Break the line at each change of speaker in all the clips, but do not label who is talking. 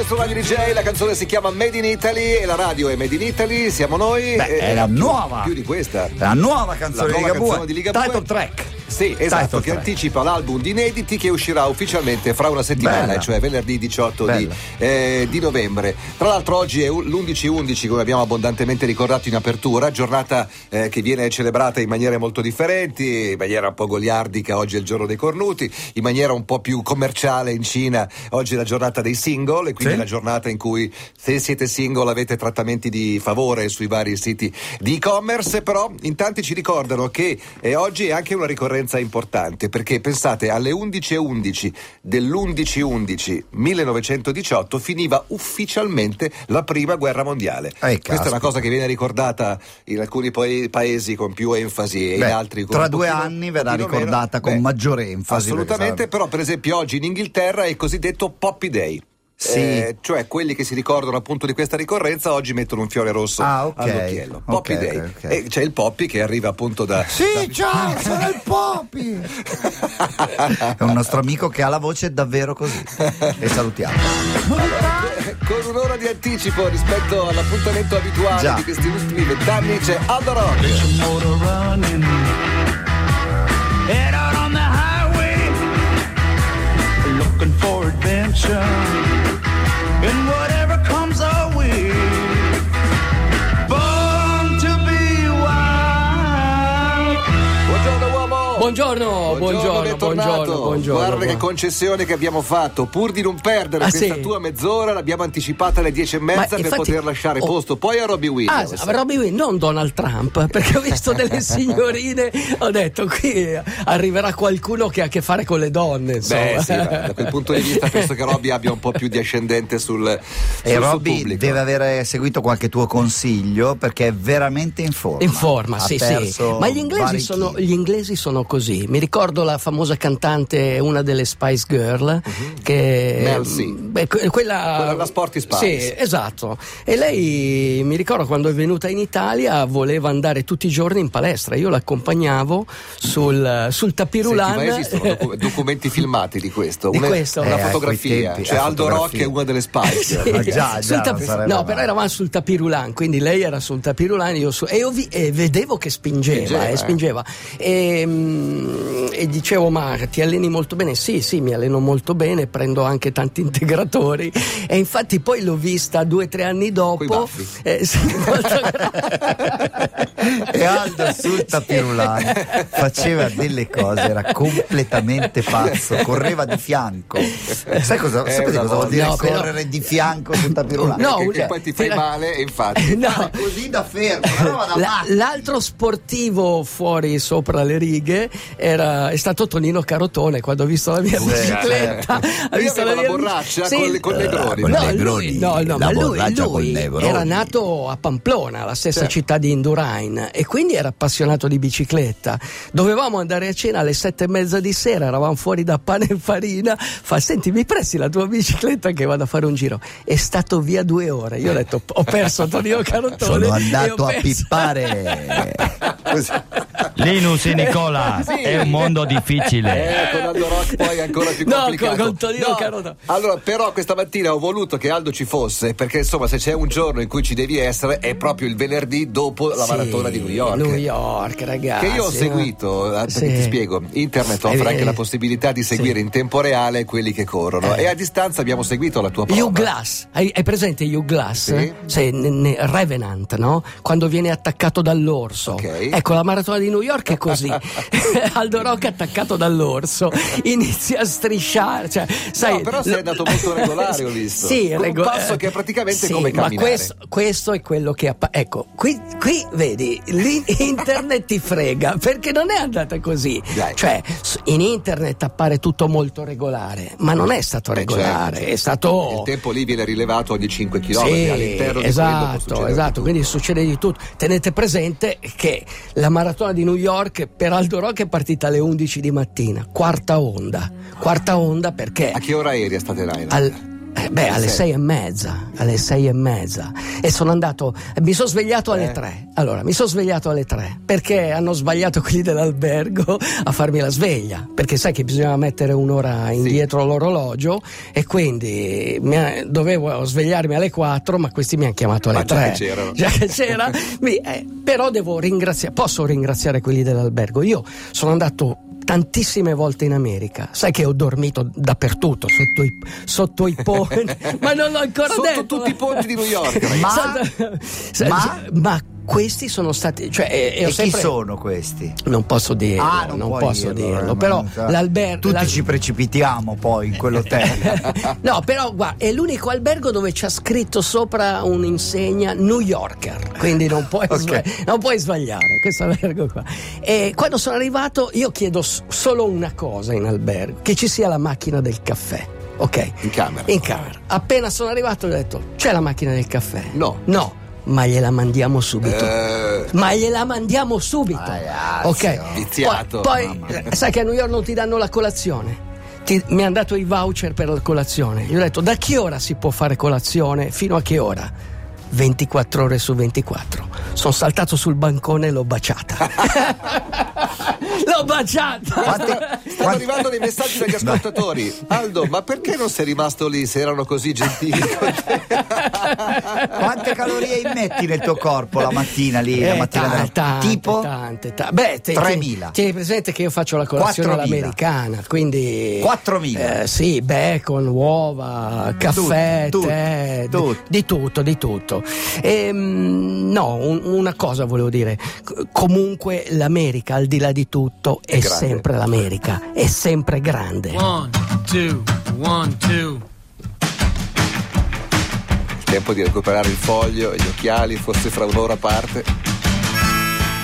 nostro radio DJ, la canzone si chiama Made in Italy e la radio è Made in Italy, siamo noi.
Beh,
e-
è
e
la
Eh, più-
nuova.
Più di questa.
La nuova canzone
La nuova
di Ligabue.
canzone di Ligabue.
Title track.
Sì, esatto,
Title
che
track.
anticipa l'album di inediti che uscirà ufficialmente fra una settimana,
Bella.
cioè venerdì 18 di,
Bella.
eh, di novembre. Tra l'altro oggi è u- l'11-11, come abbiamo abbondantemente ricordato in apertura, giornata eh, che viene celebrata in maniere molto differenti, in maniera un po' goliardica, oggi è il giorno dei cornuti, in maniera un po' più commerciale in Cina, oggi è la giornata dei single e quindi
Sì.
la giornata in cui se siete single avete trattamenti di favore sui vari siti di e-commerce, però in tanti ci ricordano che eh, oggi è anche una ricorrenza importante perché pensate alle 11.11 dell'11.11.1918 finiva ufficialmente la prima guerra mondiale.
Eh,
Questa è
caspita.
una cosa che viene ricordata in alcuni poi- paesi con più enfasi e
Beh,
in altri con
tra
un
due
pochino-
anni verrà
pochino meno.
ricordata con maggiore enfasi,
Assolutamente,
perché
però per esempio oggi in Inghilterra è il cosiddetto Poppy Day.
Sì.
Eh, cioè quelli che si ricordano appunto di questa ricorrenza oggi mettono un fiore rosso
Ah, ok.
all'occhiello. Poppy
Ok,
Day.
ok, ok.
E c'è il Poppy che arriva appunto da.
Sì, ciao, sono il Poppy. È un nostro amico che ha la voce davvero così. E salutiamo.
Con un'ora di anticipo rispetto all'appuntamento abituale
Già.
di questi ultimi vent'anni c'è Aldo Rock.
your motor running. Head out on the highway, looking for adventure. And whatever comes our way, born to be wild.
Buongiorno uomo!
Buongiorno, buongiorno,
bentornato.
buongiorno, buongiorno.
Guarda che concessione che abbiamo fatto. Pur di non perdere
Ah,
questa
sì?
tua mezz'ora, l'abbiamo anticipata alle dieci e
Ma
mezza per
infatti-
poter lasciare
oh.
posto poi a Robbie
Ah,
Williams.
s- Robby Williams, non Donald Trump, perché ho visto delle signorine, ho detto qui arriverà qualcuno che ha a che fare con le donne. Insomma.
Beh, sì, beh, da quel punto di vista penso che Robby abbia un po' più di ascendente sul, sul
E
suo
Robby
pubblico.
deve aver eh, seguito qualche tuo consiglio perché è veramente in forma.
In forma,
Ha
sì, sì.
perso
Ma gli inglesi,
vari
sono,
chili.
gli inglesi sono così. Mi ricordo la famosa cantante, una delle Spice Girl, che. mm,
Mel C.
Beh, que- quella.
Mhm. Quella della Sporty Spice.
Sì, esatto. E lei, mi ricordo quando è venuta in Italia, voleva andare tutti i giorni in palestra. Io l'accompagnavo sul, sul
Senti,
tapirulan.
ma esistono docu- documenti filmati di questo?
Di
Una-
questo? Eh,
Una
a quei
fotografia.
tempi,
cioè
a
Aldo Rock
fotografie.
è una delle Spice.
Sì,
Ma già,
sul
già,
tap-
non sarebbe
no,
male.
però eravamo sul tapirulan, quindi lei era sul tapirulan io su- e, io vi- e vedevo che spingeva,
Spingeva,
eh,
eh.
spingeva. E, mm, e dicevo, ma ti alleni molto bene? Sì, sì, mi alleno molto bene, prendo anche tanti integratori e infatti poi l'ho vista due o tre anni
Coi
dopo.
baffi.
eh, sì, molto
E Aldo sul tapirulano faceva delle cose, era completamente pazzo, correva di fianco. Sai cosa,
Eh,
sapete
una
cosa vuol dire
volta. No,
correre di fianco sul tapirulano?
No,
che, che
cioè,
poi ti fai
era-
male e infatti.
No.
Così da fermo, una roba da
La-
pazzo.
l'altro sportivo fuori sopra le righe era, è stato Tonino Carotone quando ha visto la mia bicicletta. Ha
Lui
visto
aveva certo. la borraccia con le- con le groni.
Con
Eh, No,
le
lui-
groni,
no, no,
la
ma lui,
borraccia
lui
con le groni.
era nato a Pamplona, la stessa
Certo.
città di Indurain, e quindi era appassionato di bicicletta. Dovevamo andare a cena alle sette e mezza di sera, eravamo fuori da pane e farina. Fa, senti, mi presti la tua bicicletta che vado a fare un giro. È stato via due ore. Io ho detto, ho perso Tonino Carotone.
Sono
e ho
andato a
perso-
pippare. Così.
Linus e Nicola,
Sì.
è un mondo difficile.
Eh, con Aldo Rock poi è ancora più
No,
complicato.
con- con Tonino Carota.
Allora, però questa mattina ho voluto che Aldo ci fosse, perché insomma, se c'è un giorno in cui ci devi essere, è proprio il venerdì dopo la
Sì,
maratona di New York.
New York, ragazzi.
Che io ho seguito, eh, perché
Ah, Sì.
ti spiego, internet
Eh,
offre anche
eh,
la possibilità di seguire
sì. Eh.
in tempo reale quelli che corrono e a distanza abbiamo seguito la tua prova.
Hugh Glass, hai, hai presente Hugh Glass?
Sì.
Sì, ne- ne- Revenant, no? Quando viene attaccato dall'orso.
Ok.
Ecco, la maratona di New York è così. Aldo Rock attaccato dall'orso, inizia a strisciare. Cioè, sai,
No, però sei andato molto regolare, ho visto.
Sì,
Con un
rego-
passo che è praticamente
sì,
come camminare.
Ma questo, questo è quello che. appa- ecco, qui, qui vedi, l'internet ti frega perché non è andata così.
Dai.
Cioè, s- in internet appare tutto molto regolare, ma non è stato
Eh,
regolare,
certo.
è stato.
Il tempo lì viene rilevato ogni 5 km all'interno di quello può
esatto,
succedere
esatto,
tutto.
quindi succede di tutto. Tenete presente che la maratona di New York per Aldo Rock è partita alle 11 di mattina, quarta onda. Quarta onda perché
A che ora eri a Staten Island?
al- Eh, beh, alle
Sì.
sei e mezza, alle sei e mezza. E sono andato, mi sono svegliato alle
Eh.
tre. Allora, mi sono svegliato alle tre perché hanno sbagliato quelli dell'albergo a farmi la sveglia. Perché sai che bisognava mettere un'ora indietro l'orologio e quindi mi- dovevo svegliarmi alle quattro, ma questi mi hanno chiamato alle
Ma già
tre.
che c'erano.
eh, Già che c'era. Mi- eh, però devo ringraziare, posso ringraziare quelli dell'albergo. Io sono andato tantissime volte in America. Sai che ho dormito dappertutto, sotto i, sotto i ponti, ma non l'ho ancora
Sotto
detto.
tutti i ponti di New York, ragazzi.
Ma-
Sotto- se-
ma-
se- ma questi sono stati, cioè, eh,
E
ho
chi
sempre-
sono questi?
Non posso dirlo,
Ah,
non,
puoi
posso dirlo,
eh,
però
ma-
l'albergo
Tutti ci precipitiamo poi in quell'hotel.
No, però guarda, è l'unico albergo dove c'è scritto sopra un'insegna New Yorker, quindi non puoi,
Ok.
sba- non puoi sbagliare questo albergo qua. E quando sono arrivato io chiedo s- solo una cosa in albergo, che ci sia la macchina del caffè, ok?
In camera.
In camera. Appena sono arrivato ho detto, c'è la macchina del caffè?
No.
No, ma gliela mandiamo subito.
Eh,
Ma gliela mandiamo subito.
Ragazzi,
ok.
viziato.
Poi,
Mamma
poi sai che a New York non ti danno la colazione. Ti- mi hanno dato i voucher per la colazione. Gli ho detto da che ora si può fare colazione? Fino a che ora? 24 ore su 24. Sono saltato sul bancone e l'ho baciata. l'ho baciata.
Quanti-
Stanno arrivando dei messaggi dagli ascoltatori. Aldo, ma perché non sei rimasto lì se erano così gentili con te?
Quante calorie immetti nel tuo corpo la mattina lì? la
Eh,
mattina
ta-
della-
tante,
tipo
tante, ta- beh, te-
3.000.
Tieni presente che io faccio la colazione
4.000.
all'americana, quindi
4.000.
eh, sì, bacon, uova, caffè,
Tutto,
tè,
tutto,
di-
tutto.
di tutto, di tutto. Ehm, no, un- una cosa volevo dire, C- comunque l'America al di là di tutto è,
grande.
sempre l'America, è sempre grande.
One, two, one, two.
Il tempo di recuperare il foglio e gli occhiali, forse fra un'ora parte.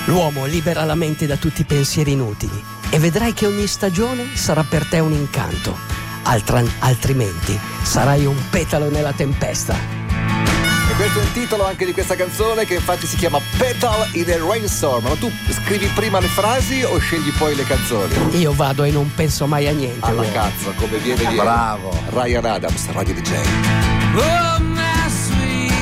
L'uomo libera la mente da tutti i pensieri inutili e vedrai che ogni stagione sarà per te un incanto, Altra- altrimenti sarai un petalo nella tempesta.
E questo è il titolo anche di questa canzone che infatti si chiama Petal in a Rainstorm. Ma tu scrivi prima le frasi o scegli poi le canzoni?
Io vado e non penso mai a niente.
Alla
uomo.
cazzo, come viene di
Bravo.
Ryan Adams, Radio DJ.
Oh, my sweet.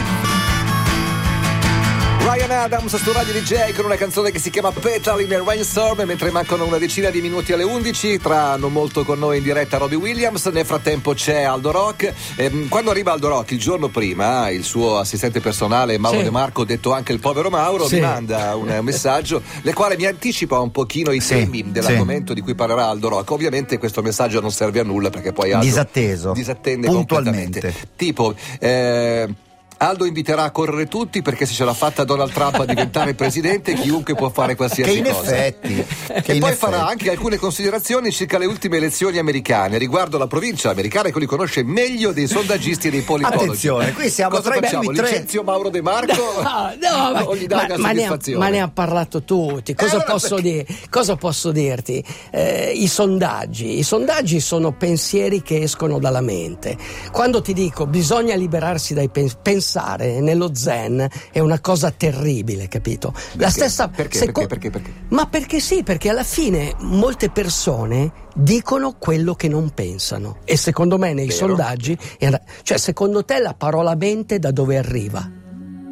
Ryan Adams su Radio DJ con una canzone che si chiama Petal in a Rainstorm mentre mancano una decina di minuti alle 11 tra non molto con noi in diretta Robbie Williams nel frattempo c'è Aldo Rock Ehm, quando arriva Aldo Rock il giorno prima il suo assistente personale Mauro
Sì.
De Marco detto anche il povero Mauro
Sì.
mi manda un eh, messaggio le quale mi anticipa un pochino i
Sì,
temi dell'argomento
sì.
di cui parlerà Aldo Rock ovviamente questo messaggio non serve a nulla perché poi Aldo
Disatteso.
disattende
Puntualmente.
completamente. Tipo, eh, Aldo inviterà a correre tutti perché se ce l'ha fatta Donald Trump a diventare presidente, chiunque può fare
che
qualsiasi
in
cosa.
effetti che
e
in
poi
effetti.
farà anche alcune considerazioni circa le ultime elezioni americane riguardo la provincia americana che lui conosce meglio dei sondaggisti e dei politologi.
Attenzione, qui siamo
Cosa
tra i
facciamo?
primi tre.
Licenzio Mauro De Marco
Ah, no, ma,
o gli dà
ma-
una
ma ne ha,
soddisfazione? Eh,
ma ne ha parlato tutti. Cosa,
allora
posso, dire- cosa posso dirti? Eh, I sondaggi. I sondaggi sono pensieri che escono dalla mente. Quando ti dico bisogna liberarsi dai pen- pensare nello zen è una cosa terribile, capito? La
Perché?
stessa
Perché?
se
Perché? Perché? Perché?
Ma perché sì? Perché alla fine molte persone dicono quello che non pensano. E secondo me nei
Vero.
sondaggi, era- cioè secondo te la parola mente da dove arriva?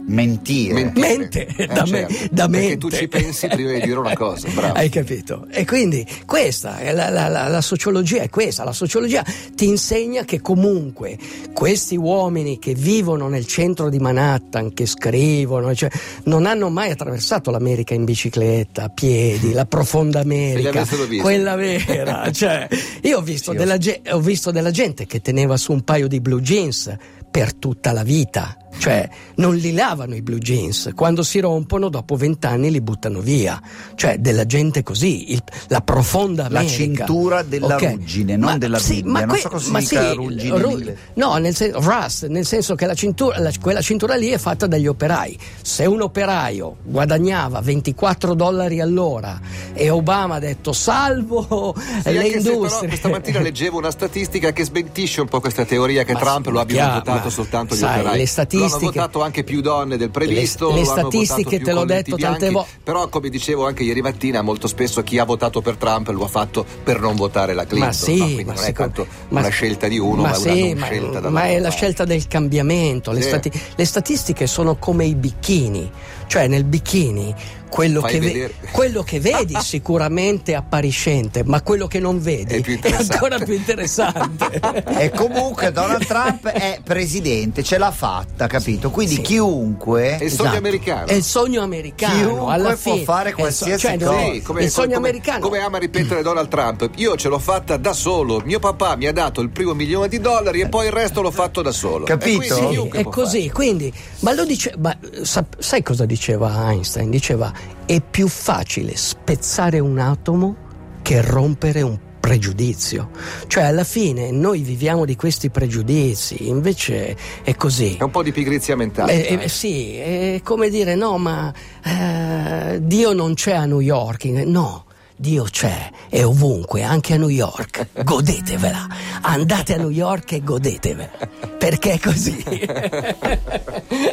mentire.
Mentire.
Mente,
Eh,
da, me-
certo,
da
perché
mente.
tu ci pensi prima di dire una cosa, bravo.
Hai capito? E quindi questa, è la, la- la- la sociologia è questa, la sociologia ti insegna che comunque questi uomini che vivono nel centro di Manhattan, che scrivono, cioè, non hanno mai attraversato l'America in bicicletta, a piedi, la profonda America,
avessero visti.
quella vera. cioè, io ho visto, della ge- ho visto della gente che teneva su un paio di blue jeans per tutta la vita. Cioè, non li lavano i blue jeans, quando si rompono dopo vent'anni li buttano via. Cioè, della gente così, il- la profonda
La
America.
cintura della
Ok.
ruggine, non della
sì,
ruggine. Non so cosa si
ma
dica
sì,
ruggine
ru-
mille.
No, nel senso, rust, nel senso che la cintura, la- quella cintura lì è fatta dagli operai. Se un operaio guadagnava 24 dollari all'ora e Obama ha detto salvo
Sì,
le
anche se
industrie.
però questa mattina leggevo una statistica che smentisce un po' questa teoria che
Ma
Trump
sì,
lo
ma
abbiano
chiaro,
votato
ma
soltanto gli
sai,
operai.
le
L'hanno
statistiche.
votato anche più donne del previsto.
Le- le
lo hanno votato
statistiche,
più
te l'ho
colletti
detto tante
bianchi,
vo-
Però, come dicevo anche ieri mattina, molto spesso chi ha votato per Trump lo ha fatto per non votare la Clinton.
Ma sì,
no? Quindi
ma
non è
sicur-
tanto
ma-
una scelta di uno, ma, una
sì,
non scelta da
ma è la
parte.
scelta del cambiamento. Le,
Sì.
stati- le statistiche sono come i bikini, cioè nel bikini quello,
Fai
che, ve-
vedere-
quello che vedi sicuramente è appariscente, ma quello che non vedi
È più
è
interessante.
ancora più interessante.
E comunque Donald Trump è presidente, ce l'ha fatta, capito? Quindi chiunque... Esatto.
È il sogno americano.
Esatto. È il sogno americano.
Chiunque
alla
può
fine.
fare
È il
qualsiasi
cioè,
cosa.
non-
Sì, come,
il sogno
come-
americano.
come ama ripetere Donald Trump, io ce l'ho fatta da solo. Mio papà mi ha dato il primo milione di dollari e poi il resto l'ho fatto da solo.
Capito?
E quindi
Sì,
chiunque
è
può
così, quindi, ma lo dice, ma, eh, sap- sai cosa diceva Einstein? Diceva è più facile spezzare un atomo che rompere un pregiudizio. Cioè alla fine noi viviamo di questi pregiudizi, invece è così.
fare. È un po' di pigrizia mentale.
Eh, eh, sì, è come dire no, ma eh, Dio non c'è a New York. No, Dio c'è, è ovunque, anche a New York. Godetevela. Andate a New York e godetevela. Perché è così. eh.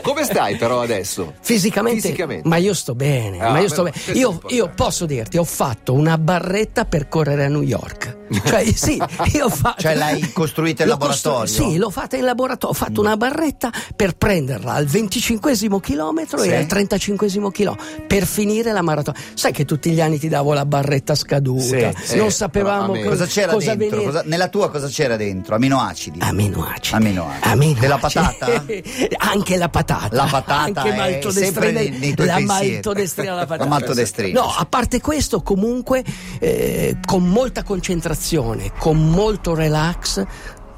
Come stai però adesso?
Fisicamente,
Fisicamente.
ma io sto bene,
Ah,
ma io
beh,
sto bene.
questo è
Io,
importante.
io posso dirti, ho fatto una barretta per correre a New York. Cioè, sì, io ho fatto.
Cioè, l'hai costruita in
L'ho costru-
laboratorio?
sì, l'ho fatta in laboratorio. Ho fatto una barretta per prenderla al 25 chilometro
Sì.
e al 35 chilometro per finire la maratona. Sai che tutti gli anni ti davo la barretta scaduta,
Sì,
non
sì.
sapevamo
Però a me-
Cosa c'era dentro?
veniva-
Cosa- nella tua cosa c'era dentro? Aminoacidi.
Aminoacidi.
Aminoacidi. Della patata?
Anche la patata.
La patata
Anche
è
maltodestrina.
sempre nei- nei tuoi
la
pensieri.
maltodestrina alla patata.
La maltodestrina.
No, a parte questo, comunque, eh, con molta concentrazione, con molto relax.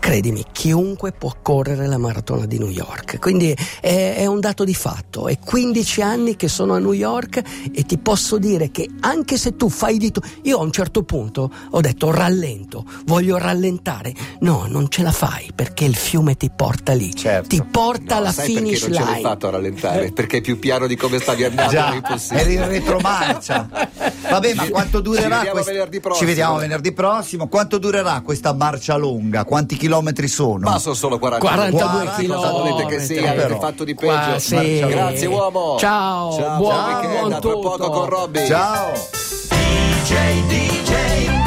Credimi, chiunque può correre la maratona di New York. Quindi è, è un dato di fatto. È 15 anni che sono a New York e ti posso dire che anche se tu fai di tutto. Io a un certo punto ho detto rallento, voglio rallentare. No, non ce la fai perché il fiume ti porta lì.
Certo.
Ti porta
No,
alla
sai
finish
perché non ce l'hai
line. Eh.
fatto a rallentare? Perché è più piano di come stavi andando era impossibile.
era in retromarcia. Vabbè, ma quanto durerà?
vediamo
quest-
venerdì prossimo.
Ci vediamo venerdì prossimo. Quanto durerà questa marcia lunga? Quanti chilometri sono?
Ma sono solo 40
42
Guarda,
chilometri.
Cosa volete che sia?
Però.
Avete fatto di peggio.
Qua- sì.
Grazie uomo.
Ciao,
Ciao,
buon-
weekend.
buon
A tra
tutto.
poco con Robby.
Ciao.
DJ, DJ.